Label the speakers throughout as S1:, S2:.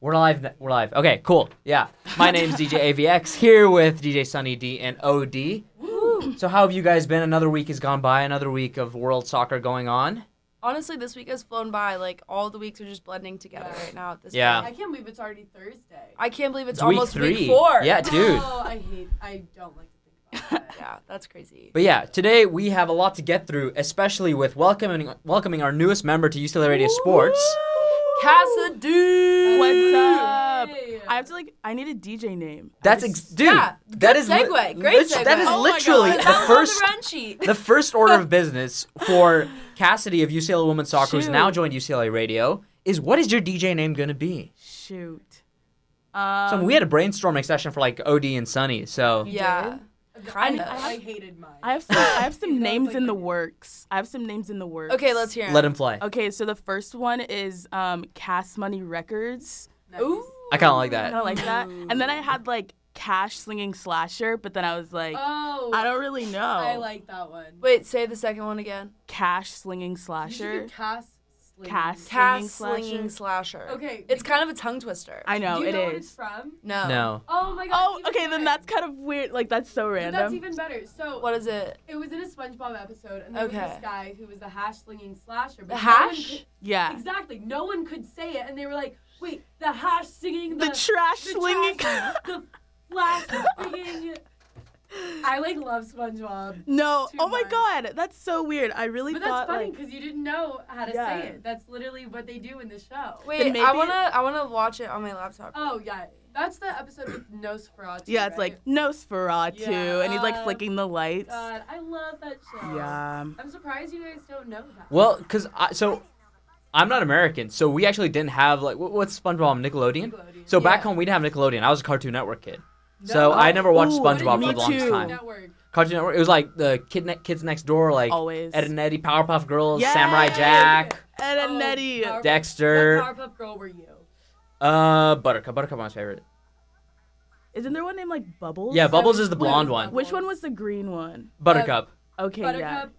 S1: We're live. n- We're live. Okay, cool. Yeah. My name's DJ AVX here with DJ Sunny D and OD. So how have you guys been? Another week has gone by. Another week of world soccer going on.
S2: Honestly, this week has flown by. Like all the weeks are just blending together right now at this
S1: Yeah.
S2: point.
S3: I can't believe it's already Thursday.
S2: I can't believe it's,
S1: It's week
S2: almost
S1: three.
S2: week four.
S1: Yeah, dude.
S3: Oh, I hate. I don't like to think about that.
S2: Yeah, that's crazy.
S1: But yeah, today we have a lot to get through, especially with welcoming welcoming our newest member to UCLA Radio Sports.
S4: Cassidy.
S3: What's
S4: up?
S3: Hey.
S4: I have to like. I need a DJ name.
S1: That's
S4: I
S1: ex-
S4: just-
S1: dude.
S2: yeah,
S1: that
S2: good
S1: is li-
S2: segue, great
S1: That
S2: segue.
S1: is
S2: Oh
S4: my
S1: literally
S4: God.
S1: the
S2: That was on
S1: first
S2: the run sheet.
S1: the first order of business for Cassidy of UCLA Women's Soccer, who's
S4: Shoot.
S1: now joined UCLA Radio, is what is your DJ name gonna be?
S4: shoot. Um,
S1: So we had a brainstorming session for like OD and Sunny. So
S2: yeah.
S3: I,
S2: Kind of.
S3: I hated mine.
S4: I have some, I have some
S3: You know, it's
S4: names
S3: like-
S4: in the works. I have some names in the works.
S2: Okay, let's hear. 'em.
S1: let him play.
S4: Okay, so the first one is um, Cash Money Records.
S3: Nice.
S2: Ooh.
S1: I kind of like
S4: I kind of
S1: that.
S4: like that. And then I had like Cash Slinging Slasher, but then I was like,
S3: Oh.
S4: I don't really know.
S3: I like that one.
S2: Wait, say the second one again.
S4: Cash Slinging
S3: You should
S4: Slasher.
S3: do Cass. Sling.
S4: Cass.
S2: Cass
S4: Slinging
S2: slinging slasher.
S3: Okay,
S2: It's kind of a tongue twister.
S4: I know
S3: Do you
S4: it
S3: know what it's
S4: is.
S3: from?
S2: no.
S1: No.
S3: Oh my god.
S4: Oh,
S3: even
S4: okay. Then
S3: better.
S4: that's kind of weird. Like that's so
S3: But
S4: random.
S3: That's even better. So
S2: What is it?
S3: it was in a SpongeBob episode, and there was
S2: Okay.
S3: this guy who was a hash slinging slasher. But
S2: The
S3: no one
S2: hash?
S3: could-
S4: yeah.
S3: Exactly. No one could say it, and they were like, "Wait, the hash singing the,
S4: The trash
S3: the
S4: slinging.
S3: trash- the flash singing." I like love SpongeBob,
S4: No.
S3: too
S4: Oh my
S3: much.
S4: god, that's so weird. I really
S3: but that's
S4: thought
S3: funny
S4: like
S3: because you didn't know how to
S4: Yeah.
S3: say it. That's literally what they do in the show.
S2: Wait,
S4: Then
S2: I
S4: maybe-
S2: wanna I wanna watch it on my laptop.
S3: Oh yeah, that's the episode with Nosferatu.
S4: yeah, it's
S3: right?
S4: like Nosferatu,
S3: Yeah, oh,
S4: and he's like
S3: uh,
S4: flicking the lights.
S3: God, I love that show.
S4: yeah.
S3: I'm surprised you guys don't know that.
S1: Well, cause I, so I'm not American, so we actually didn't have like what, what's SpongeBob Nickelodeon.
S3: Nickelodeon.
S1: So back
S2: Yeah.
S1: home we didn't have Nickelodeon. I was a Cartoon Network kid. So
S3: No. Oh,
S1: I never watched
S4: Ooh,
S1: SpongeBob
S4: me
S1: for the longest
S4: too.
S1: time.
S3: Network.
S1: Cartoon Network. It was like the kid ne- kids next door, like
S4: Always.
S1: Ed and Eddie, Powerpuff Girls,
S4: Yes!
S1: Samurai Jack,
S4: Ed and
S3: Oh,
S4: Nettie.
S3: Powerpuff-
S1: Dexter.
S3: What Powerpuff Girl were you?
S1: uh, Buttercup. Buttercup was my favorite.
S4: Isn't there one named like Bubbles?
S1: Yeah, Bubbles
S3: was
S1: is the
S3: blue.
S1: blonde one.
S4: Which one was the green one?
S1: Buttercup.
S4: Okay, yeah.
S3: Buttercup.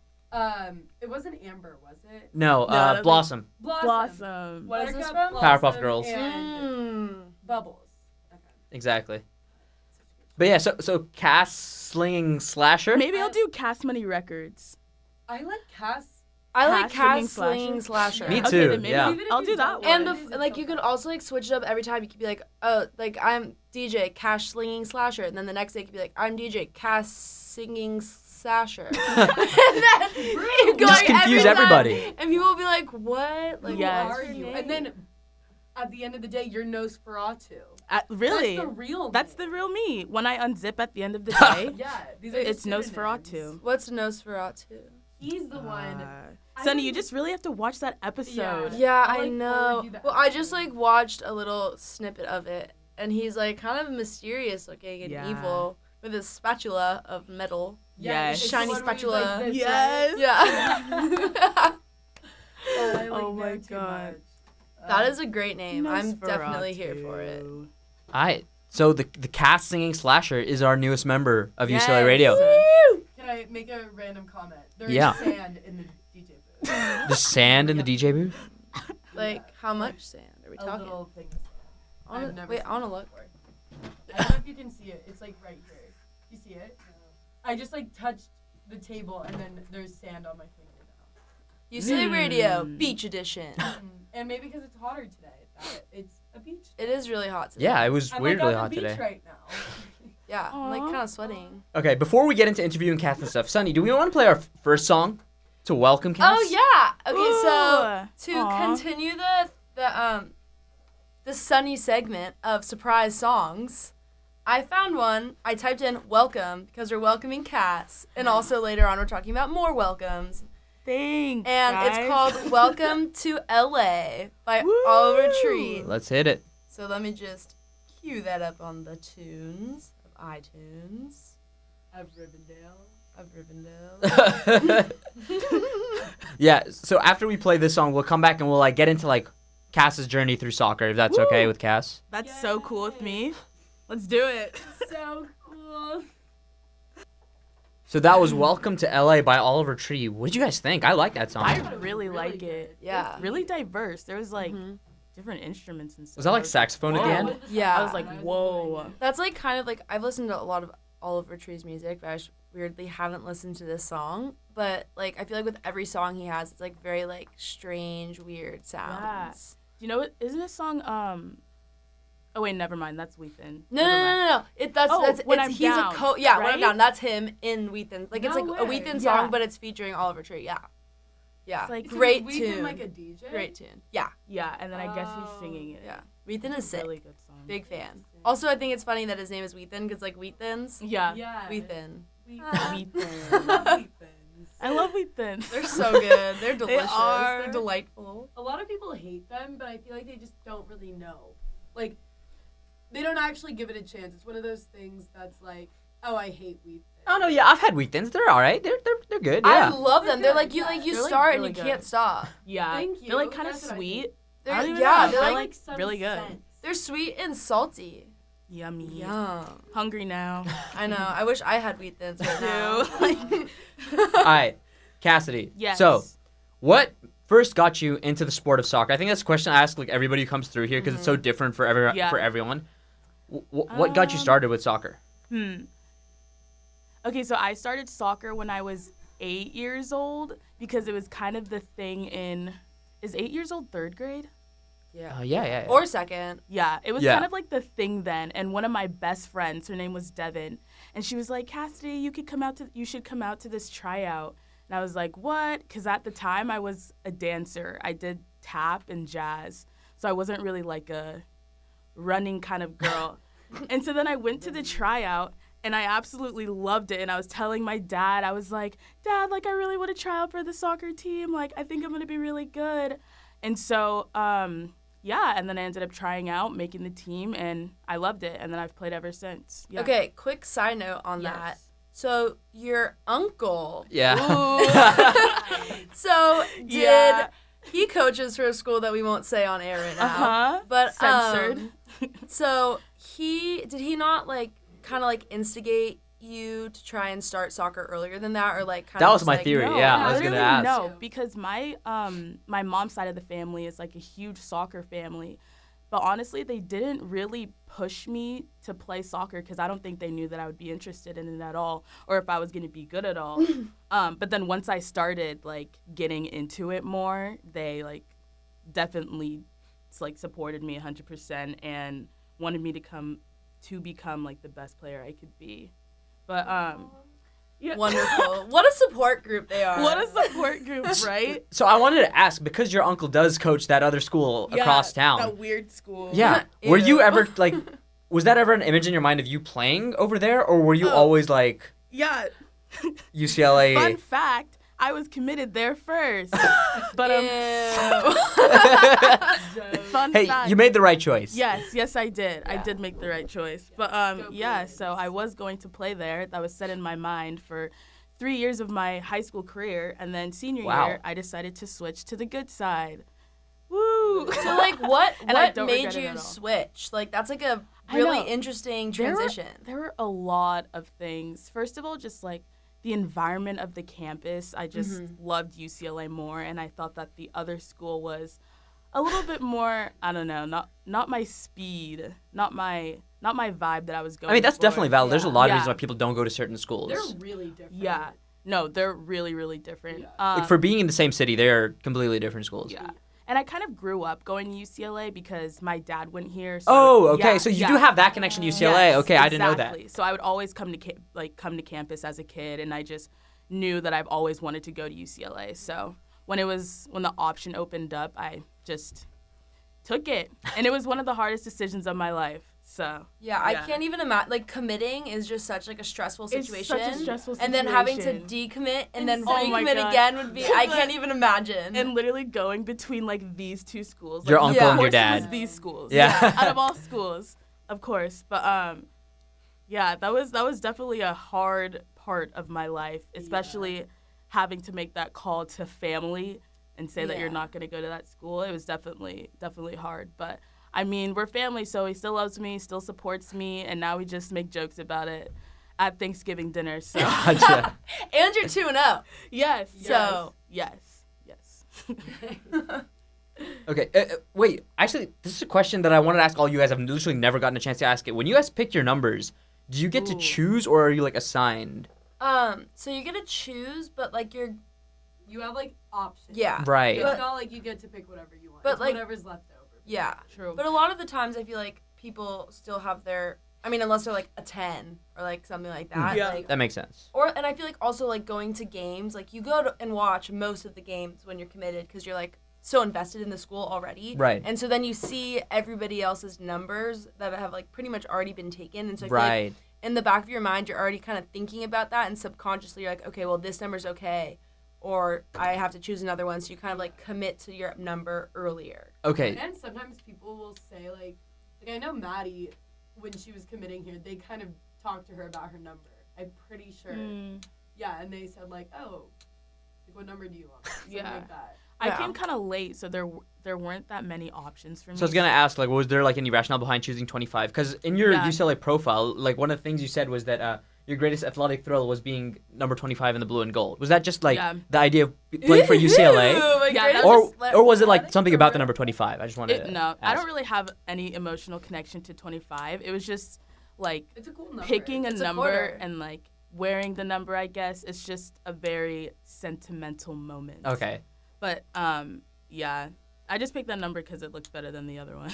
S3: Um, it wasn't Amber, was it?
S1: No,
S4: I don't
S1: uh,
S4: think-
S1: Blossom.
S3: Blossom.
S4: Blossom.
S2: What is
S3: Buttercup,
S2: this from?
S1: Powerpuff
S3: Blossom,
S1: Girls.
S3: And
S2: Mm.
S3: Bubbles.
S1: Exactly. But yeah, so so Cass slinging slasher.
S4: Maybe I'll do Cast Money Records.
S3: I like Cass.
S2: I like
S4: Cass
S2: Cass
S4: slinging
S2: slinging
S3: slasher?
S2: slasher.
S1: Me
S4: Okay,
S1: too,
S4: then maybe
S1: yeah.
S3: Even if
S4: I'll
S3: you
S4: do
S3: don't
S4: that one.
S2: And
S3: Why
S2: the
S3: does
S2: f-
S3: it
S2: like
S3: feel
S2: you could
S3: bad?
S2: also like switch it up every time. You could be like, oh, like I'm DJ Cash slinging slasher, and then the next day you could be like, I'm DJ Cash singing slasher. and then you go
S1: Just
S2: like, every
S1: confuse
S2: time,
S1: everybody.
S2: and people will be like, what? Like,
S3: Who
S4: Yes.
S2: what's
S3: are
S2: your
S3: you?
S2: name?
S3: And then at the end of the day, you're Nosferatu.
S4: Uh, really?
S3: That's the real.
S4: That's
S3: name.
S4: the real me. When I unzip at the end of the day,
S3: Yeah, these are
S4: it's
S3: synonyms.
S4: Nosferatu.
S2: what's Nosferatu?
S3: He's the one.
S4: Uh,
S3: I
S4: Sunny,
S3: don't-
S4: you just really have to watch that episode.
S2: Yeah,
S3: I'll,
S2: I
S3: like,
S2: know.
S3: forward you the
S2: Well, I just
S3: episode.
S2: like watched a little snippet of it, and he's like kind of mysterious looking and
S4: Yeah.
S2: evil with his spatula of metal.
S3: Yeah,
S4: Yes.
S3: it's the
S2: Shiny
S3: one where he's
S2: spatula.
S3: Like this,
S4: Yes.
S2: Yeah.
S3: Right? Oh, I, like,
S4: Oh my
S3: know too
S4: God.
S3: much.
S2: that
S3: Um,
S2: is a great name. I'm definitely here for it.
S4: Nosferatu.
S1: I so the the Cass singing slasher is our newest member of UCLA
S4: Yes.
S1: Radio.
S3: Can I make a random comment? There's
S1: Yeah.
S3: sand in the DJ booth.
S1: The sand in the DJ booth.
S2: Like, how much sand are we
S3: A
S2: talking?
S3: little thing. of sand.
S2: I wanna-
S3: I've never
S2: wait,
S3: seen
S2: I want to
S3: it
S2: look.
S3: before. I don't know if you can see it. It's like right here. You see it? I just like touched the table and then there's sand on my finger
S2: UCLA Radio
S4: Mm.
S2: Beach Edition.
S3: now. Mm. and maybe because it's hotter today. that- It's a beach.
S2: It is really hot today.
S1: Yeah, it was
S3: I'm
S1: weirdly
S3: like on
S1: hot
S3: the beach
S1: today.
S3: right now.
S2: Yeah, I'm like
S4: Aw.
S2: kind of sweating.
S1: Okay, before we get into interviewing Cass and stuff, Sunny, do we want to play our f- first song to welcome Cass?
S2: Oh yeah. Okay, so to
S4: Aw.
S2: continue the the um the sunny segment of surprise songs i found one i typed in welcome because we're welcoming cass and also later on we're talking about more welcomes
S4: Thanks.
S2: and it's
S4: guys.
S2: called welcome to la by
S4: Woo!
S2: oliver tree
S1: Let's hit it.
S2: so let me just cue that up on the tunes of itunes
S3: of Rivendell.
S2: of rivendell
S1: yeah. So after we play this song, we'll come back and we'll like get into like Cass's journey through soccer, if that's okay
S4: Woo!
S1: with Cass.
S4: That's so cool with me. Let's do it.
S3: So cool.
S1: So that was "Welcome to LA" by Oliver Tree. What did you guys think? I like that song.
S4: I really like
S3: good.
S4: it.
S2: yeah
S4: Really diverse. There was like
S2: Mhm.
S4: different instruments and stuff.
S1: Was that
S4: I
S1: like saxophone at the
S4: Whoa.
S1: end?
S2: Yeah.
S4: I was like, whoa.
S2: That's like kind of like I've listened to a lot of Oliver Tree's music, but I just weirdly haven't listened to this song. But like I feel like with every song he has, it's like very like strange, weird sounds.
S4: You know what? Isn't this song? Um. Oh wait, never mind. That's Weepin.
S2: No, no, no, no, no. It that's
S4: Oh,
S2: that's
S4: When
S2: it's,
S4: I'm
S2: he's
S4: Down,
S2: a co yeah when I'm
S4: right?
S2: down. That's him in Wheaton. Like it's
S3: No
S2: like a
S3: way.
S2: Wheaton
S4: Yeah.
S2: song, but it's featuring Oliver Tree. Yeah, yeah.
S4: It's like
S3: Is it
S2: great
S3: Weed and,
S2: tune.
S3: like a DJ.
S2: Great tune. Yeah,
S4: Yeah, and then I guess he's
S3: Oh,
S4: singing it.
S2: yeah. Wheaton is
S4: It's a
S2: sick.
S4: really good song.
S2: Big fan. Also, I think it's funny that his name is Wheaton because like Wheaton's
S4: Yeah.
S3: Yeah.
S2: Wheaton.
S3: Weed-
S2: Ah.
S4: Weepin.
S3: Weepins.
S4: I love Weepin.
S2: They're so good. They're delicious.
S4: are.
S2: They're delightful.
S3: a lot of people hate them, but I feel like they just don't really know. Like, they don't actually give it a chance. It's one of those things that's like, oh, I hate wheat. Thins.
S1: Oh no, yeah, I've had weekends. They're all right. They're they're, they're good.
S2: I
S1: Yeah.
S2: love
S3: They're
S2: them. They're
S3: good.
S2: like you like you
S4: They're, like,
S2: start and
S4: really
S2: you
S4: good.
S2: can't stop.
S4: Yeah.
S3: Thank
S4: They're like
S3: you.
S4: kind of
S3: That's what I think.
S4: sweet.
S2: They're,
S4: don't even
S2: yeah,
S4: know.
S2: they're
S4: They're,
S2: like,
S4: like, really good.
S2: they're sweet and salty.
S4: Yummy.
S2: Yum.
S4: Hungry now.
S2: I know. I wish I had wheat thins right now.
S4: Ew.
S1: all right, Cassidy.
S4: Yes.
S1: So, what first got you into the sport of soccer? I think that's a question I ask like everybody who comes through here because it's so different for every
S4: Yeah.
S1: for everyone. W- w- what got you
S4: Um,
S1: started with soccer?
S4: Hmm. Okay, so I started soccer when I was eight years old because it was kind of the thing in. Is eight years old third grade?
S2: yeah.
S1: Oh yeah, yeah. yeah.
S2: Or second.
S4: Yeah, it was
S1: Yeah.
S4: kind of like the thing then. And one of my best friends, her name was Devin, and she was like, "Cassidy, you could come out to you should come out to this tryout." And I was like, "What?" Cuz at the time I was a dancer. I did tap and jazz. So I wasn't really like a running kind of girl. and so then I went to the tryout and I absolutely loved it. And I was telling my dad, I was like, Dad, like, I really want to try out for the soccer team. Like, I think I'm going to be really good. And so, um, yeah. And then I ended up trying out, making the team, and I loved it. And then I've played ever since. Yeah.
S2: Okay, quick side note on
S4: Yes.
S2: that. So your uncle
S1: yeah.
S2: so did
S4: Yeah.
S2: he coaches for a school that we won't say on air right now.
S4: Uh huh.
S2: But
S4: Censored.
S2: um, so he did he not like kind of like instigate you to try and start soccer earlier than that or like kind
S1: That was my theory.
S4: No,
S1: yeah,
S3: I was gonna
S4: literally
S1: ask.
S4: No,
S3: Yeah.
S4: because my um my mom's side of the family is like a huge soccer family, but honestly, they didn't really push me to play soccer because I don't think they knew that I would be interested in it at all, or if I was going to be good at all. um, but then once I started like getting into it more, they like definitely like supported me 100% and wanted me to come to become like the best player I could be. But um yeah.
S2: wonderful. what a support group they are.
S4: what a support group, right?
S1: So I wanted to ask because your uncle does coach that other school across town.
S4: That weird school.
S1: Yeah. Were you
S2: Ew.
S1: ever like was that ever an image in your mind of you playing over there or were you
S4: Oh.
S1: always like
S4: Yeah.
S1: UCLA
S4: Fun fact, I was committed there first. but um fun
S1: Hey,
S4: fact.
S1: you made the right choice.
S4: Yes, yes I did. I
S2: Yeah.
S4: did make the right choice. But um
S3: Go
S4: yeah,
S3: Bruins.
S4: so I was going to play there. That was set in my mind for 3 years of my high school career and then senior
S1: Wow.
S4: year I decided to switch to the good side. Woo!
S2: so like what
S4: And I
S2: what
S4: don't
S2: made
S4: regret it
S2: you
S4: at all.
S2: switch? Like that's like a
S4: I
S2: really
S4: know.
S2: interesting
S4: There were-
S2: transition.
S4: There were a lot of things. First of all, just like the environment of the campus. I just loved UCLA more, and I thought that the other school was a little bit more. I don't know, not not my speed, not my not my vibe that I was going.
S1: I mean that's
S4: for.
S1: definitely valid. There's a lot of
S4: Yeah.
S1: reasons why people don't go to certain schools.
S3: They're really different.
S4: Yeah, no, they're really really different. Um,
S1: like for being in the same city, they're completely different schools.
S4: yeah. And I kind of grew up going to UCLA because my dad went here. So
S1: Oh, okay.
S4: yeah,
S1: so you
S4: yeah.
S1: do have that connection to UCLA.
S4: Yes,
S1: okay, I didn't know that.
S4: exactly. So I would always come to ca- like come to campus as a kid, and I just knew that I've always wanted to go to UCLA. So when it was when the option opened up, I just took it, and it was one of the hardest decisions of my life. So
S2: Yeah, I
S4: Yeah.
S2: can't even imagine. Like committing is just such like a stressful
S4: It's
S2: situation.
S4: such a stressful
S2: And then having to
S4: situation.
S2: decommit and then
S4: Oh my
S2: recommit
S4: God.
S2: again would be I can't even imagine.
S4: and literally going between like these two schools,
S1: Your
S4: like,
S1: uncle
S4: of
S1: and your
S4: course it was
S1: dad.
S4: these schools,
S1: Yeah.
S4: out of all schools, of course. But um, yeah, that was that was definitely a hard part of my life, especially having to make that call to family and say that you're
S2: Yeah.
S4: not going to go to that school. It was definitely definitely hard, but. I mean, we're family, so he still loves me, still supports me, and now we just make jokes about it at Thanksgiving dinner. So,
S1: Gotcha.
S2: and you're two and oh.
S4: yes,
S2: So- oh.
S4: yes, yes.
S1: Okay, uh, uh, wait. Actually, this is a question that I wanted to ask all you guys. I've literally never gotten a chance to ask it. When you guys pick your numbers, do you get to
S4: Ooh.
S1: choose or are you like assigned?
S2: Um, so you get to choose, but like you're
S3: You have like options.
S2: yeah,
S1: Right.
S3: It's
S2: But-
S3: not like you get to pick whatever you want.
S2: but,
S3: It's
S2: like-
S3: whatever's left over.
S2: yeah.
S4: True.
S2: But a lot of the times, I feel like people still have their. I mean, unless they're like a ten or like something like that.
S4: Yeah.
S2: Like,
S1: that makes sense.
S2: or and I feel like also like going to games, like you go to, and watch most of the games when you're committed because you're like so invested in the school already.
S1: Right.
S2: And so then you see everybody else's numbers that have like pretty much already been taken, and so I feel like
S1: Right.
S2: in the back of your mind, you're already kind of thinking about that, and subconsciously you're like, okay, well, this number's okay, or I have to choose another one. So you kind of like commit to your number earlier.
S1: Okay.
S3: And sometimes people will say like, like I know Maddie, when she was committing here, they kind of talked to her about her number. I'm pretty sure.
S4: Mm.
S3: Yeah, and they said like, oh, like what number do you want? Something
S4: Yeah.
S3: Like that.
S4: I
S2: Yeah.
S4: came kind of late, so there w- there weren't that many options for me.
S1: So I was gonna ask, like, was there like any rationale behind choosing 25? Because in your
S4: Yeah.
S1: UCLA profile, like one of the things you said was that uh, your greatest athletic thrill was being number 25 in the blue and gold. Was that just like
S4: Yeah.
S1: the idea of b- playing for UCLA,
S2: Ooh, my
S4: Yeah, that's
S2: greatest
S1: or
S2: athletic-
S1: or was it like something about the
S2: career.
S1: number 25? I just wanted
S4: It-
S1: to
S4: no, I
S1: ask.
S4: don't really have any emotional connection to 25. It was just like
S3: It's a cool number.
S4: picking a
S2: It's a
S4: number
S2: quarter.
S4: and like wearing the number. I guess it's just a very sentimental moment.
S1: Okay.
S4: But um, yeah, I just picked that number because it looked better than the other ones.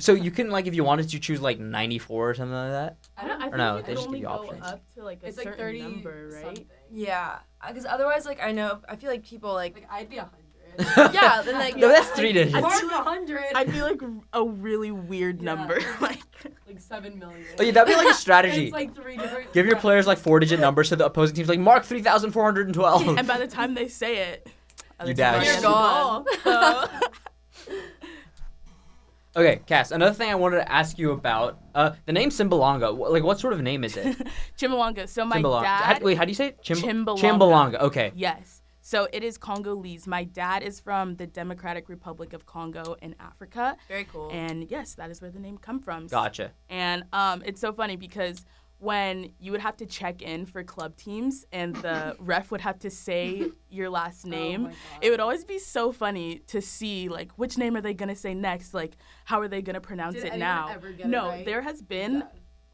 S1: So you couldn't like if you wanted to choose like 94 or something like that.
S3: I don't. I
S1: Or
S3: think
S1: no,
S3: you
S1: they
S3: could
S1: just
S3: only
S1: give you
S3: go
S1: options.
S3: up.
S4: to like
S3: It's like thirty something.
S2: Yeah, because otherwise, like I know, I feel like people like
S3: Like I'd be a hundred.
S2: yeah, then like
S1: No, that's three digits.
S3: More than a hundred.
S4: I'd be like a really weird
S3: Yeah.
S4: number. like
S3: like seven million.
S1: Oh yeah, that'd be like a strategy.
S3: It's like three different.
S1: Give your players like four-digit numbers so the opposing team's like mark 3,412.
S4: and by the time they say it,
S1: You
S4: it's
S1: dash.
S4: already
S1: You're
S4: on the
S2: gone.
S4: ball, so-
S1: okay, Cass. Another thing I wanted to ask you about uh, the name Simbalonga. Wh- Like, what sort of name is it?
S4: Chimbalonga. So Oh my
S1: Chimbalonga.
S4: dad.
S1: How- wait, how do you say it? Chim-
S4: Chimbalonga.
S1: Chimbalonga. Okay.
S4: Yes. So it is Congolese. My dad is from the Democratic Republic of Congo in Africa,
S2: very cool.
S4: and yes, that is where the name come from.
S1: Gotcha.
S4: And um, it's so funny because when you would have to check in for club teams and the ref would have to say your last name,
S3: Oh my God.
S4: it would always be so funny to see like which name are they gonna say next? Like how are they gonna pronounce
S3: Did
S4: it
S3: anyone
S4: now?
S3: ever get it
S4: no,
S3: right?
S4: there has been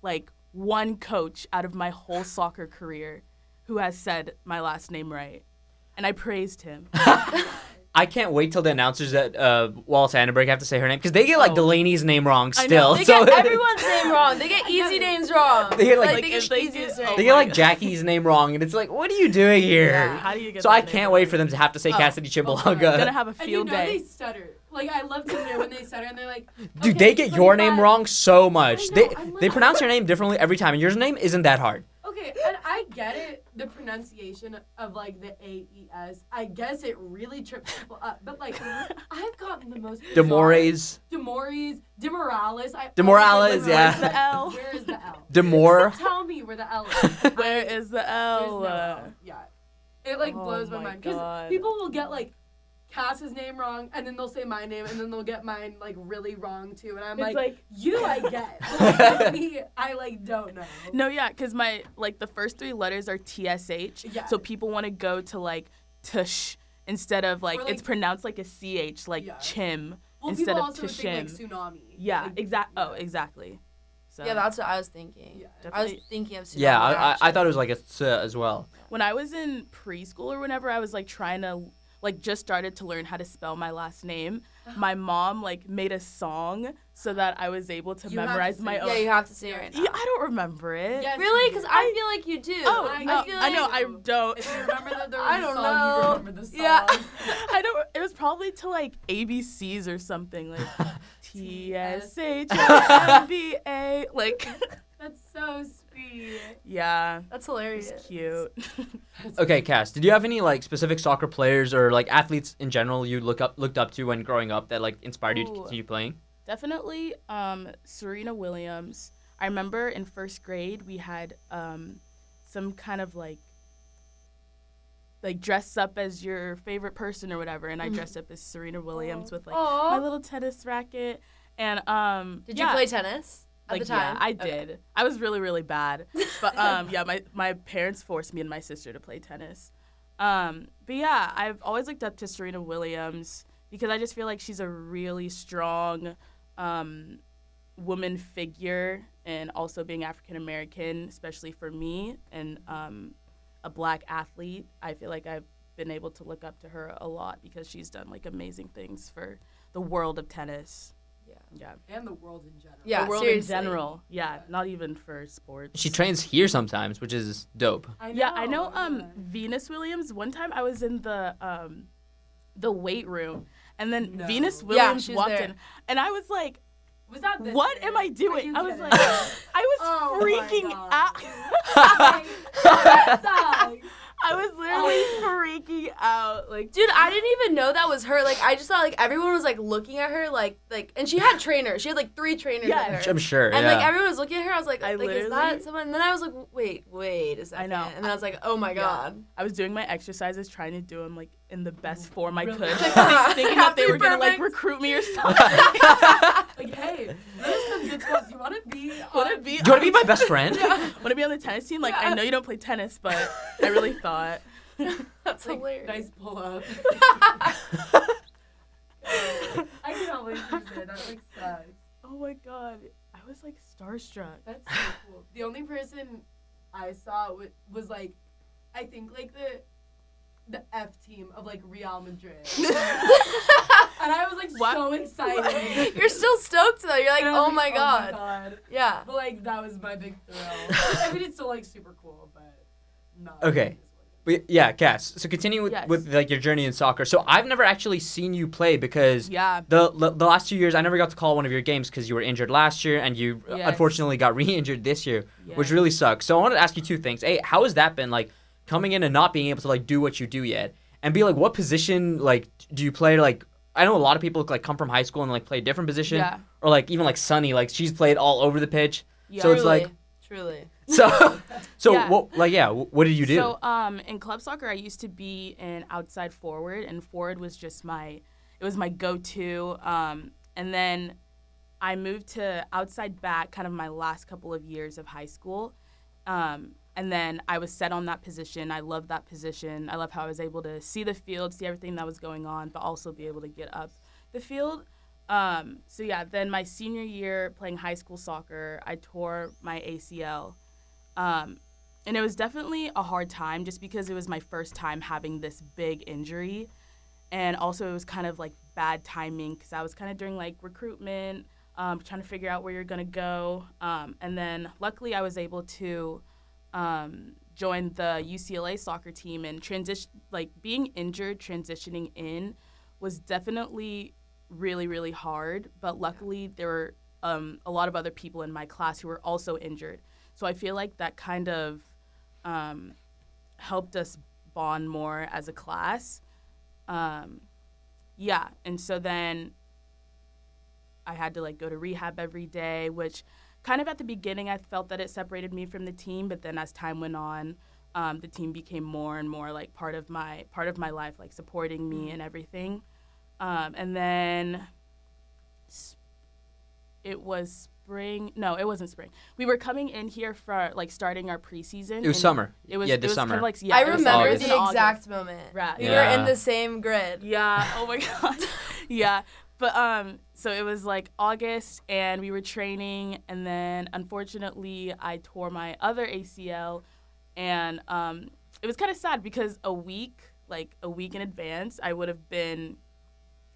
S4: like one coach out of my whole soccer career who has said my last name right. And I praised him.
S1: I can't wait till the announcers at uh, Wallace Annenberg have to say her name because they get like
S4: Oh.
S1: Delaney's name wrong
S4: I know.
S1: still.
S2: They
S1: so
S2: get everyone's name wrong. They get easy names wrong.
S1: They get, like-
S2: they
S4: Like,
S2: get
S4: if they
S2: easiest
S4: do-
S2: name.
S1: they get like Jackie's name wrong, and it's like, what are you doing here?
S2: Yeah.
S4: How do you get
S1: So
S4: that
S1: I
S4: name
S1: can't
S4: right?
S1: wait for them to have to say
S4: Oh.
S1: Cassidy
S4: I'm gonna
S1: Chimbalonga.
S4: have a
S3: And you
S4: field
S3: know
S4: day.
S3: they stutter. Like I love to hear when they stutter and they're like,
S1: Dude, they get
S3: "Okay,
S1: your
S3: 25."
S1: name wrong so much.
S3: know,
S1: they
S3: I'm like-
S1: they pronounce your name differently every time, and your name isn't that hard.
S3: Okay, and I get it. The pronunciation of like the A E S. I guess it really trips people up. But like, I've gotten the most bizarre-
S1: Demores,
S3: Demores, Demorales. I
S1: Demorales,
S3: always get
S1: yeah.
S3: Where's the L?
S4: Where
S3: Where is the L?
S1: Demore.
S3: Tell me where the L is.
S4: Where is the
S3: There's
S4: L?
S3: no
S4: Uh,
S3: L. Yeah. It like
S4: Oh
S3: blows my,
S4: my
S3: mind because
S4: God.
S3: people will get like Cass's name wrong, and then they'll say my name, and then they'll get mine like really wrong too. And I'm like,
S4: It's like-
S3: you, I get. But, like, me, I like don't know.
S4: No, yeah, because my like the first three letters are TSH.
S3: Yeah.
S4: So people want to go to like tush instead of like,
S3: Or, like-
S4: it's pronounced like a ch, like
S3: Yeah.
S4: chim
S3: Well,
S4: instead
S3: people
S4: of
S3: also would think
S4: tishim.
S3: like tsunami.
S4: yeah,
S3: Like,
S4: exactly. Oh, exactly. So
S2: yeah, that's what I was thinking.
S3: Yeah.
S2: I was
S4: definitely-
S2: thinking of.
S1: Yeah,
S2: Tsunami,
S1: I, I, I
S2: actually.
S1: thought it was like a s- as well.
S4: when I was in preschool or whenever I was like trying to like just started to learn how to spell my last name.
S3: Uh-huh.
S4: My mom like made a song so that I was able to
S3: You have to
S4: memorize
S3: sing
S4: my
S3: it.
S4: own.
S2: Yeah, you have to say it right now.
S4: Yeah, I don't remember it.
S3: Yes,
S2: Really?
S3: you
S2: Because
S3: do.
S2: I feel like you do.
S4: Oh,
S3: I-
S4: I,
S3: I
S4: no,
S3: feel
S4: I know I
S3: like-
S4: don't.
S3: If you remember that there was
S2: I
S3: a
S2: don't
S3: song,
S2: know.
S3: you remember the song.
S2: Yeah.
S4: I don't. It was probably to like ABCs or something like T S H M B A. Like,
S3: That's so sweet.
S4: yeah,
S2: That's hilarious.
S4: it's cute.
S1: Okay, Cass, did you have any like specific soccer players or like athletes in general you look up looked up to when growing up that like inspired you to
S4: Ooh.
S1: continue playing?
S4: Definitely, um, Serena Williams. I remember in first grade we had um, some kind of like like dress up as your favorite person or whatever, and I dressed up as Serena Williams with like my
S2: Aw.
S4: little tennis racket. And um,
S2: Did
S4: yeah.
S2: you play tennis at the time?
S4: Yeah, I
S2: Okay.
S4: did. I was really, really bad. But um, yeah, my, my parents forced me and my sister to play tennis. Um, but yeah, I've always looked up to Serena Williams because I just feel like she's a really strong um, woman figure, and also being African American, especially for me, and um, a black athlete, I feel like I've been able to look up to her a lot because she's done like amazing things for the world of tennis.
S2: Yeah.
S4: Yeah.
S3: and the world in general.
S2: Yeah,
S4: the world
S2: seriously.
S4: in general. Yeah, not even for sports.
S1: She trains here sometimes, which is dope.
S3: I know,
S4: Yeah, I know. Um,
S3: yeah.
S4: Venus Williams. One time I was in the um, the weight room, and then
S3: No.
S4: Venus
S3: Yeah,
S4: Williams
S2: she was
S4: walked
S2: there.
S4: in, and I was like,
S3: Was that this
S4: "What
S3: year?
S4: am I doing?"
S3: you
S4: I was
S3: kidding?
S4: like, I was
S3: Oh my
S4: freaking
S3: God. Oh
S4: out.
S3: That sucks.
S4: I was
S3: Oh.
S4: literally freaking out. Like,
S2: Dude, I didn't even know that was her. Like, I just thought like everyone was like looking at her, like like, and she had trainers. She had like three trainers
S4: Yeah.
S2: with her.
S1: I'm sure.
S2: And
S1: yeah.
S2: like everyone was looking at her, I was like,
S4: I
S2: like is
S4: literally-
S2: that someone? And then I was like, wait, wait a second.
S4: know.
S2: And then I was like, oh my
S4: Yeah.
S2: god.
S4: I was doing my exercises, trying to do them like in the best form I
S3: Really?
S4: could, think- thinking that they
S2: Happy
S4: were gonna like
S2: perfect.
S4: recruit me or something.
S3: Like, hey, there's some good girls. You want to be?
S4: Wanna
S3: on-
S4: be?
S1: Do you want to be my best friend?
S4: Wanna be on the tennis team? Like, I
S3: Yeah.
S4: know you don't play tennis, but I really thought.
S2: That's
S3: Like,
S2: hilarious.
S3: Nice pull up. I can always use it. That like sucks.
S4: Oh my god. I was like starstruck.
S3: That's so cool. The only person I saw was, was like, I think like the the F team of like Real Madrid, and I was like
S4: What?
S3: so excited.
S2: You're still stoked though. You're like,
S3: And I was
S2: oh, my, god. Yeah.
S3: But like that was my big thrill. I mean, it's still like super cool, but not.
S1: Okay. But yeah, Cass. So continue with,
S4: Yes.
S1: with like your journey in soccer. So I've never actually seen you play because
S4: Yeah.
S1: the the last two years I never got to call one of your games because you were injured last year and you
S4: Yes.
S1: unfortunately got re-injured this year, which
S4: Yeah.
S1: really sucks. So I wanted to ask you two things. A, how has that been like coming in and not being able to like do what you do yet? And B, like what position like do you play? Like I know a lot of people like come from high school and like play a different position,
S4: Yeah.
S1: or like even like Sunny, like she's played all over the pitch.
S4: Yeah.
S1: So it's
S2: truly,
S1: like
S2: truly.
S1: so so
S4: Yeah.
S1: what like yeah wh- what did you do?
S4: So um in club soccer I used to be an outside forward and forward was just my it was my go-to um and then I moved to outside back kind of my last couple of years of high school. Um and then I was set on that position. I loved that position. I love how I was able to see the field, see everything that was going on, but also be able to get up the field. Um, so yeah, then my senior year playing high school soccer, I tore my ACL. Um, and it was definitely a hard time just because it was my first time having this big injury. And also, it was kind of like bad timing because I was kind of doing like recruitment, um, trying to figure out where you're going to go. Um, and then luckily, I was able to um, join the UCLA soccer team and transition, like being injured, transitioning in was definitely really, really hard. But luckily, there were um, a lot of other people in my class who were also injured. So I feel like that kind of um, helped us bond more as a class. Um, yeah, and so then I had to like go to rehab every day, which kind of at the beginning I felt that it separated me from the team, but then as time went on, um, the team became more and more like part of my part of my life, like supporting
S1: Mm-hmm.
S4: me and everything. Um, and then s- it was spring. No, it wasn't spring. We were coming in here for like starting our preseason.
S1: it was
S4: and
S1: summer.
S4: It was
S1: yeah,
S4: it
S1: this
S4: was
S1: summer.
S4: Kind of like, yeah,
S2: I
S4: it was
S2: remember
S1: August.
S4: August.
S2: the exact moment.
S4: Right.
S2: We
S1: Yeah.
S2: were in the same grid.
S4: Yeah. Oh my god. yeah. But um, so it was like August, and we were training, and then unfortunately, I tore my other ACL, and um, it was kind of sad because a week, like a week in advance, I would have been,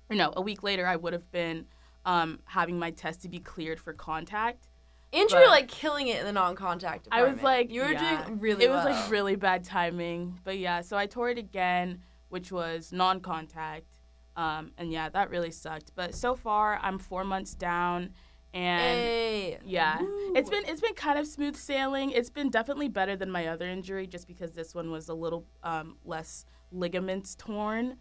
S4: or no, a week later, I would have been um, having my test to be cleared for contact.
S2: And you were
S4: But-
S2: like killing it in the non-contact
S4: I was
S2: department.
S4: like,
S2: you were
S4: yeah.
S2: doing really.
S4: It was
S2: well.
S4: like really bad timing, but yeah. So I tore it again, which was non-contact, um, and yeah, that really sucked. But so far, I'm four months down, and
S2: Hey.
S4: yeah,
S3: Woo.
S4: it's been it's been kind of smooth sailing. It's been definitely better than my other injury, just because this one was a little um, less ligaments torn.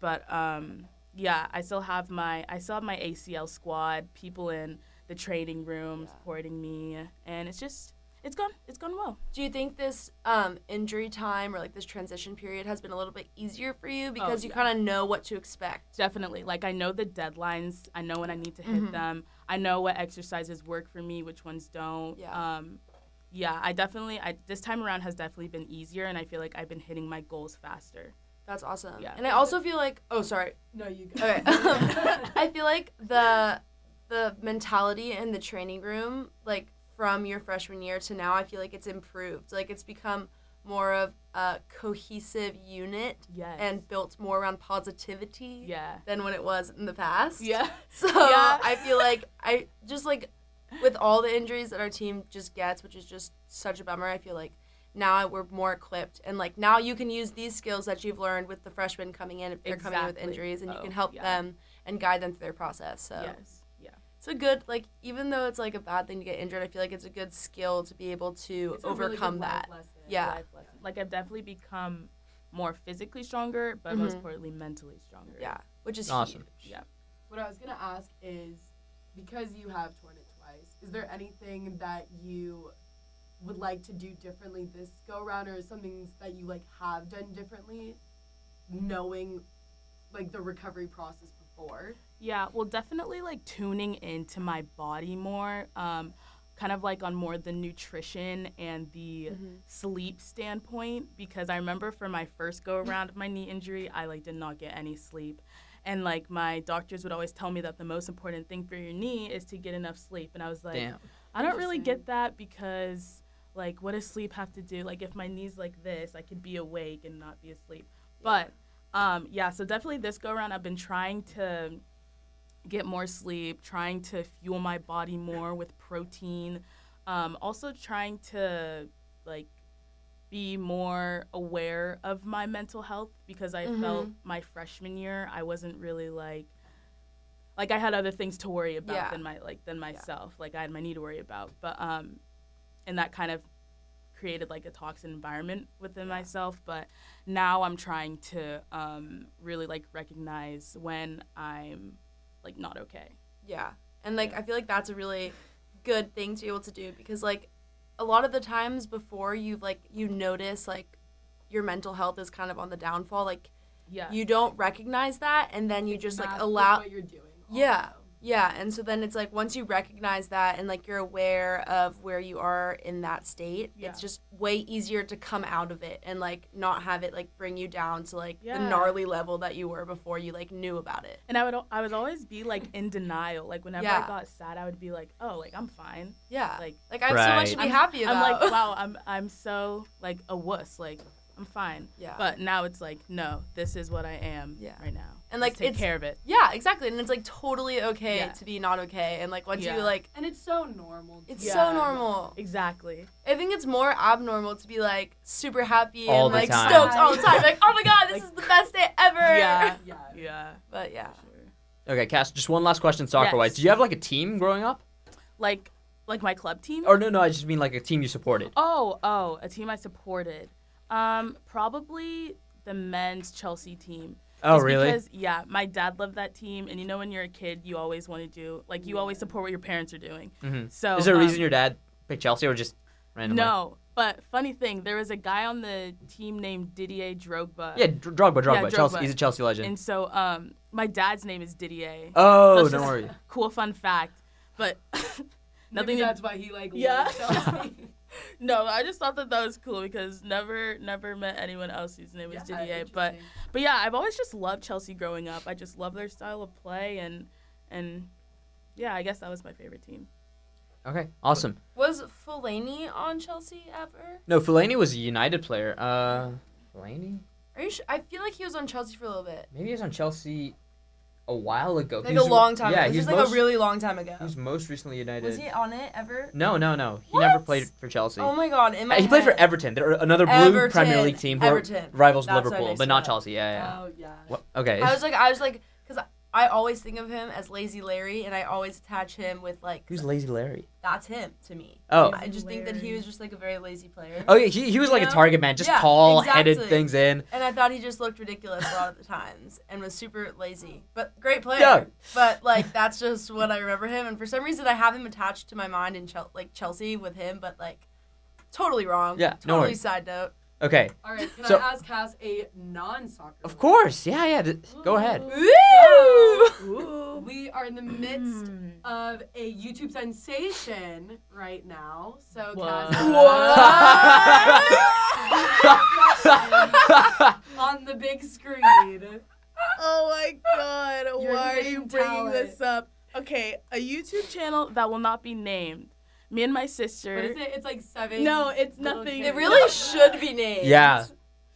S4: But um, yeah, I still have my I still have my ACL squad, people in the training room supporting me, and it's just it's gone it's gone well.
S2: Do you think this um, injury time or like this transition period has been a little bit easier for you because you
S4: Oh, yeah.
S2: kind of know what to expect?
S4: Definitely. Like I know the deadlines. I know when I need to hit
S2: Mhm.
S4: them. I know what exercises work for me, which ones don't.
S2: Yeah.
S4: Um, yeah. I definitely. I this time around has definitely been easier, and I feel like I've been hitting my goals faster.
S2: That's awesome.
S4: Yeah.
S2: And I also feel like oh sorry.
S3: No, you go.
S2: Okay. I feel like the the mentality in the training room, like from your freshman year to now, I feel like it's improved. Like it's become more of a cohesive unit
S4: Yes.
S2: and built more around positivity
S4: yeah.
S2: than when it was in the past.
S4: Yeah.
S2: So
S4: Yeah.
S2: I feel like I just like with all the injuries that our team just gets, which is just such a bummer. I feel like now we're more equipped and like now you can use these skills that you've learned with the freshmen coming in if they're coming in with
S4: Exactly.
S2: injuries and you
S4: Oh,
S2: can help
S4: yeah.
S2: them and guide them through their process. So
S4: Yes. Yeah.
S2: it's a good like even though it's like a bad thing to get injured, I feel like it's a good skill to be able to
S3: It's a really good
S2: overcome
S3: life
S2: that.
S3: lesson.
S2: Yeah.
S4: Life lesson. Like I've definitely become more physically stronger, but most importantly mentally stronger.
S2: Mm-hmm. Yeah. Which is
S1: Awesome.
S2: huge.
S4: Yeah.
S3: What I was gonna ask is, because you have torn it twice, is there anything that you would like to do differently this go round, or is something that you like have done differently, knowing like the recovery process before?
S4: Yeah, well, definitely like tuning into my body more, um, kind of like on more the nutrition and the
S2: Mm-hmm.
S4: sleep standpoint. Because I remember for my first go around of my knee injury, I like did not get any sleep, and like my doctors would always tell me that the most important thing for your knee is to get enough sleep, and I was like,
S1: Damn.
S4: I don't really
S3: Interesting.
S4: get that because like what does sleep have to do? Like if my knees like this, I could be awake and not be asleep. But um yeah, so definitely this go around I've been trying to get more sleep, trying to fuel my body more with protein, um also trying to like be more aware of my mental health because I felt my freshman year I wasn't really like like I had other things to worry about
S2: Yeah.
S4: than my like than myself. Like I had my knee to worry about. But um and that kind of created like a toxic environment within myself. But now I'm trying to um really like recognize when I'm like not okay.
S2: Yeah. And like I feel like that's a really good thing to be able to do because like a lot of the times before you've like you notice like your mental health is kind of on the downfall, like
S4: Yeah.
S2: you don't recognize that and then you just like
S3: Mask with
S2: allow
S3: what you're doing.
S2: Yeah.
S3: also.
S2: yeah, and so then it's like once you recognize that and like you're aware of where you are in that state,
S4: Yeah.
S2: it's just way easier to come out of it and like not have it like bring you down to like
S4: Yeah.
S2: the gnarly level that you were before you like knew about it.
S4: and I would al- I would always be like in denial. Like whenever I
S2: Yeah.
S4: got sad, I would be like, "Oh, like I'm fine."
S2: Yeah. Like,
S4: Like
S2: I have so much to
S1: Right.
S2: be happy about.
S4: I'm like, "Wow, I'm I'm so like a wuss. Like I'm fine."
S2: Yeah.
S4: But now it's like, "No, this is what I am
S2: Yeah.
S4: right now."
S2: And,
S4: Let's
S2: like,
S4: take
S2: it's-
S4: care of it.
S2: Yeah, exactly. And it's like totally okay
S4: Yeah.
S2: to be not okay. And like once
S4: Yeah.
S2: you like,
S3: And it's so normal.
S2: it's
S3: too.
S2: so
S4: Yeah.
S2: normal.
S4: Exactly.
S2: I think it's more abnormal to be like super happy
S1: All
S2: and
S1: the
S2: like
S1: time.
S2: stoked all the time. Like, oh my god, this is
S4: Like-
S2: the best day ever.
S4: Yeah.
S3: Yeah.
S4: Yeah.
S2: But yeah.
S4: Sure.
S1: Okay, Cass, just one last question soccer wise.
S4: Yes.
S1: Did you have like a team growing up?
S4: Like like my club team.
S1: Or no, no, I just mean like a team you supported.
S4: oh oh a team I supported. Um, probably the men's Chelsea team.
S1: Oh,
S4: Just
S1: really?
S4: Because yeah, my dad loved that team, and you know when you're a kid, you always want to do like you always support what your parents are doing.
S1: Mhm.
S4: So
S1: Is there a
S4: um,
S1: reason your dad picked Chelsea or just randomly?
S4: No, but funny thing, there was a guy on the team named Didier Drogba.
S1: Yeah, Dr- Drogba, Drogba.
S4: Yeah,
S1: Chelsea,
S4: Drogba.
S1: he's a Chelsea legend.
S4: And so, um, my dad's name is Didier.
S1: oh, don't
S4: So she's-
S1: worry.
S4: Cool fun fact, but
S3: Maybe
S4: nothing. to-
S3: that's why he like.
S4: Yeah.
S3: loves Chelsea.
S4: no, I just thought that that was cool because never, never met anyone else whose name was
S3: Yeah,
S4: Didier. But,
S3: interesting.
S4: but yeah, I've always just loved Chelsea growing up. I just love their style of play and, and, yeah, I guess that was my favorite team.
S1: Okay, awesome.
S2: Was Fellaini on Chelsea ever?
S1: No, Fellaini was a United player. Uh, Fellaini?
S2: Are you? Sh- I feel like he was on Chelsea for a little bit,
S1: Maybe he was on Chelsea a while ago.
S2: like
S1: He was-
S2: a long time.
S1: Yeah,
S2: ago.
S1: he was,
S2: This is like
S1: most,
S2: a really long time ago.
S1: he was most recently United.
S2: Was he on it ever?
S1: No, no, no. He never
S2: What?
S1: played for Chelsea.
S2: Oh my god! In my
S1: Uh, he played for
S2: head.
S1: Everton. They're another blue Premier
S2: Everton,
S1: League team who are
S2: Everton.
S1: rivals
S2: That's what
S1: Liverpool,
S2: makes
S1: but
S2: it
S1: not
S2: up.
S1: Chelsea. Yeah, yeah.
S3: Oh yeah.
S1: What- Okay.
S2: I was like, I was like, because I always think of him as Lazy Larry, and I always attach him with like
S1: Who's Lazy Larry?
S2: that's him to me.
S1: Oh.
S2: I just think that he
S4: Larry.
S2: was just like a very lazy player.
S1: Oh yeah, he, he was like
S2: Yeah.
S1: a target man, just
S2: Yeah,
S1: tall, headed
S2: exactly.
S1: things in.
S2: And I thought he just looked ridiculous a lot of the times and was super lazy, but great player.
S1: Yeah.
S2: But like that's just what I remember him. And for some reason, I have him attached to my mind in Chel- like Chelsea with him, but like totally wrong.
S1: Yeah, no
S2: totally
S1: worries.
S2: side note.
S1: Okay,
S3: All right. Can
S1: So-
S3: I ask Cass a non-soccer?
S1: of
S3: one?
S1: course, yeah, yeah. th- Go ahead.
S2: Woo!
S3: We are in the
S4: Mm.
S3: midst of a YouTube sensation right now. So,
S4: What?
S3: Cass,
S2: What?
S3: Cass, on the big screen.
S4: Oh my god,
S3: Your
S4: why are you
S3: hidden
S4: bringing
S3: talent.
S4: this up? Okay, a YouTube channel that will not be named. Me and my sister.
S3: What is it? It's like seven.
S4: No, it's
S3: little
S4: nothing.
S3: kids.
S2: It really should be named.
S1: Yeah.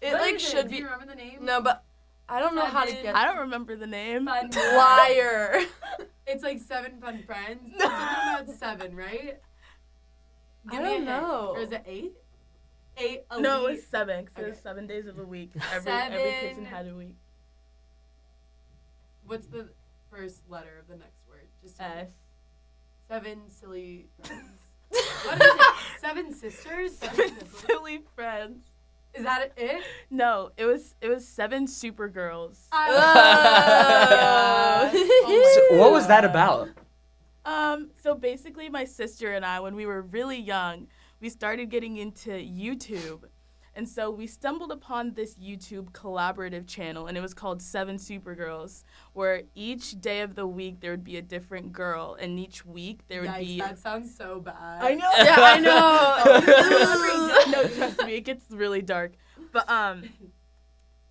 S2: It
S3: What
S2: like
S3: is
S2: should
S3: Do
S2: be.
S3: you remember the name?
S2: No, but I don't know how to
S3: Seven.
S2: get.
S4: I don't remember the name.
S3: Fun.
S2: Liar.
S3: It's like seven fun friends.
S4: No.
S3: Something about seven, right?
S2: I
S3: Give me a
S2: don't
S3: hint.
S2: know.
S3: Or is it eight? Eight. Elite.
S4: No, it's seven. 'cause
S3: Okay.
S4: it's seven days of the week. Every, every person
S3: Seven.
S4: had a week.
S3: What's the first letter of the next word? Just tell me.
S4: S.
S3: seven silly. Friends. what is it? Seven sisters. Seven
S4: Seven
S3: siblings?
S4: silly friends.
S3: Is that it?
S4: No, it was it was seven super girls.
S3: Uh,
S2: Oh.
S3: my gosh.
S1: So what was that about?
S4: Um, so basically, my sister and I, when we were really young, we started getting into YouTube. And so we stumbled upon this YouTube collaborative channel, and it was called Seven Supergirls, where each day of the week there would be a different girl, and each week there would
S3: Yikes,
S4: be.
S3: that sounds so bad.
S4: I know.
S2: yeah, I know.
S4: no, trust me, it gets really dark. But um,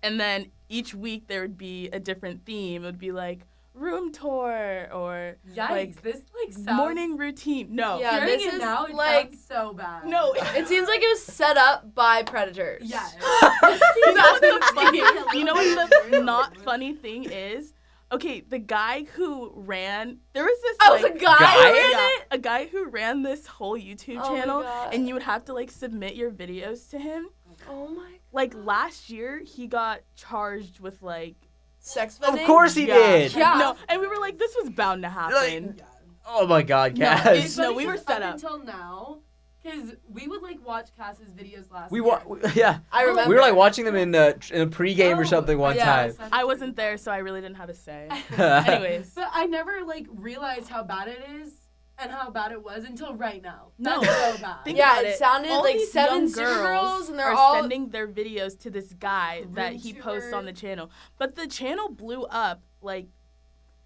S4: and then each week there would be a different theme. It would be like room tour or
S3: Yikes!
S4: Like,
S3: this like sounds.
S4: morning routine. No,
S2: Yeah,
S3: Hearing
S2: this
S3: it
S2: is
S3: now, it
S2: like-
S3: sounds so bad.
S4: no.
S2: it seems like it was set up by predators.
S3: Yeah.
S4: That's
S3: That's
S4: funny.
S3: funny.
S4: you know what the not funny thing is? Okay, the guy who ran there was this
S2: Oh,
S4: like,
S2: it's a guy.
S1: Guy?
S2: who ran
S4: yeah,
S2: it?
S4: a guy who ran this whole YouTube
S2: Oh my
S4: channel,
S2: God.
S4: and you would have to like submit your videos to him.
S2: Oh my.
S4: Like last year, he got charged with like
S2: Sex
S1: Of
S2: funding.
S1: course he
S4: yeah,
S1: did.
S2: Yeah.
S4: no, and we were like, this was bound to happen.
S3: Yeah.
S1: Oh my God,
S4: No,
S1: Cass.
S4: it's-
S3: But
S4: no, we
S3: even
S4: were set up.
S3: until now, because we would like watch Cass's videos last.
S1: we
S3: year.
S1: wa- yeah.
S2: I remember.
S1: We were like watching them in a, in a pregame or
S3: Oh,
S1: something one
S2: yeah.
S1: time.
S4: I wasn't there, so I really didn't have a say.
S3: Anyway.
S4: Anyways,
S3: But I never like realized how bad it is and how bad it was until right now.
S4: No.
S3: That's so bad.
S4: Think
S2: yeah,
S4: about
S2: it
S4: it.
S2: sounded
S4: all
S2: like
S4: these
S2: seven
S4: young
S2: girls, and they're
S4: are
S2: all.
S4: sending their videos to this guy that
S3: Room
S4: he
S3: tour.
S4: posts on the channel. But the channel blew up like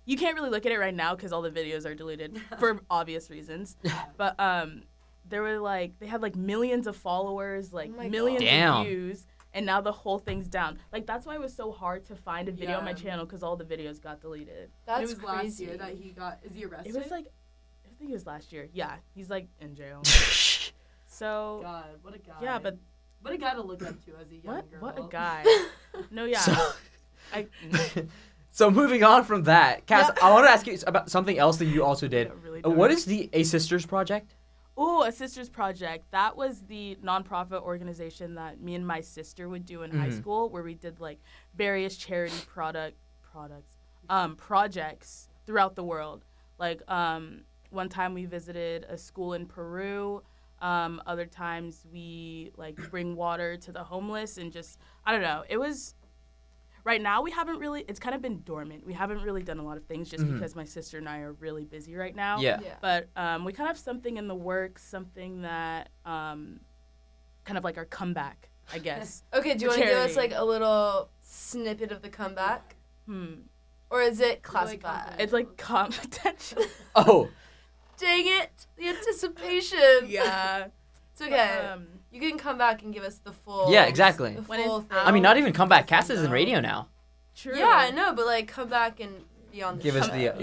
S4: you can't really look at it right now because all the videos are deleted for obvious reasons. But um, there were like they had like millions of followers, like
S2: my
S4: millions
S1: God. Damn.
S4: of views, and now the whole thing's down. Like that's why it was so hard to find a video on my
S3: Yeah.
S4: channel because all the videos got deleted.
S3: And
S2: that's
S3: it was last
S2: crazy.
S3: year that he got. Is he arrested?
S4: It was like I think it was last year. Yeah, he's like in jail. So
S3: God, what a guy.
S4: yeah, but
S3: what a guy to look up to as a young
S4: what
S3: girl.
S4: what a guy. No, yeah.
S1: So,
S4: I
S1: so moving on from that, Cass,
S2: Yeah.
S1: I want to ask you about something else that you also did.
S4: got really
S1: Uh, What
S4: dark.
S1: is the A Sisters project?
S4: Ooh, a sisters project. That was the nonprofit organization that me and my sister would do in high
S1: Mhm.
S4: school, where we did like various charity product products um, projects throughout the world. Like um, one time we visited a school in Peru. Um, other times we like bring water to the homeless and just I don't know. It was right now we haven't really. It's kind of been dormant. We haven't really done a lot of things just
S1: Mhm.
S4: because my sister and I are really busy right now.
S1: Yeah.
S2: Yeah.
S4: But um, we kind of have something in the works, something that um, kind of like our comeback, I guess.
S2: Okay, do you
S4: For
S2: want to give us
S4: charity.
S2: like a little snippet of the comeback,
S4: hmm.
S2: or is it
S3: like
S2: classified?
S4: It's like confidential.
S1: Oh,
S2: Dang it! The anticipation.
S4: yeah.
S2: It's okay.
S4: Um,
S2: you can come back and give us the full.
S1: Yeah, exactly.
S2: the
S4: When
S2: full
S4: it's
S2: thing.
S1: I mean, not even come back. Cass is in
S4: No.
S1: radio now.
S4: true.
S2: Yeah, I know, but like come back and be on the
S1: Give
S2: show.
S1: us the uh,
S4: Yeah.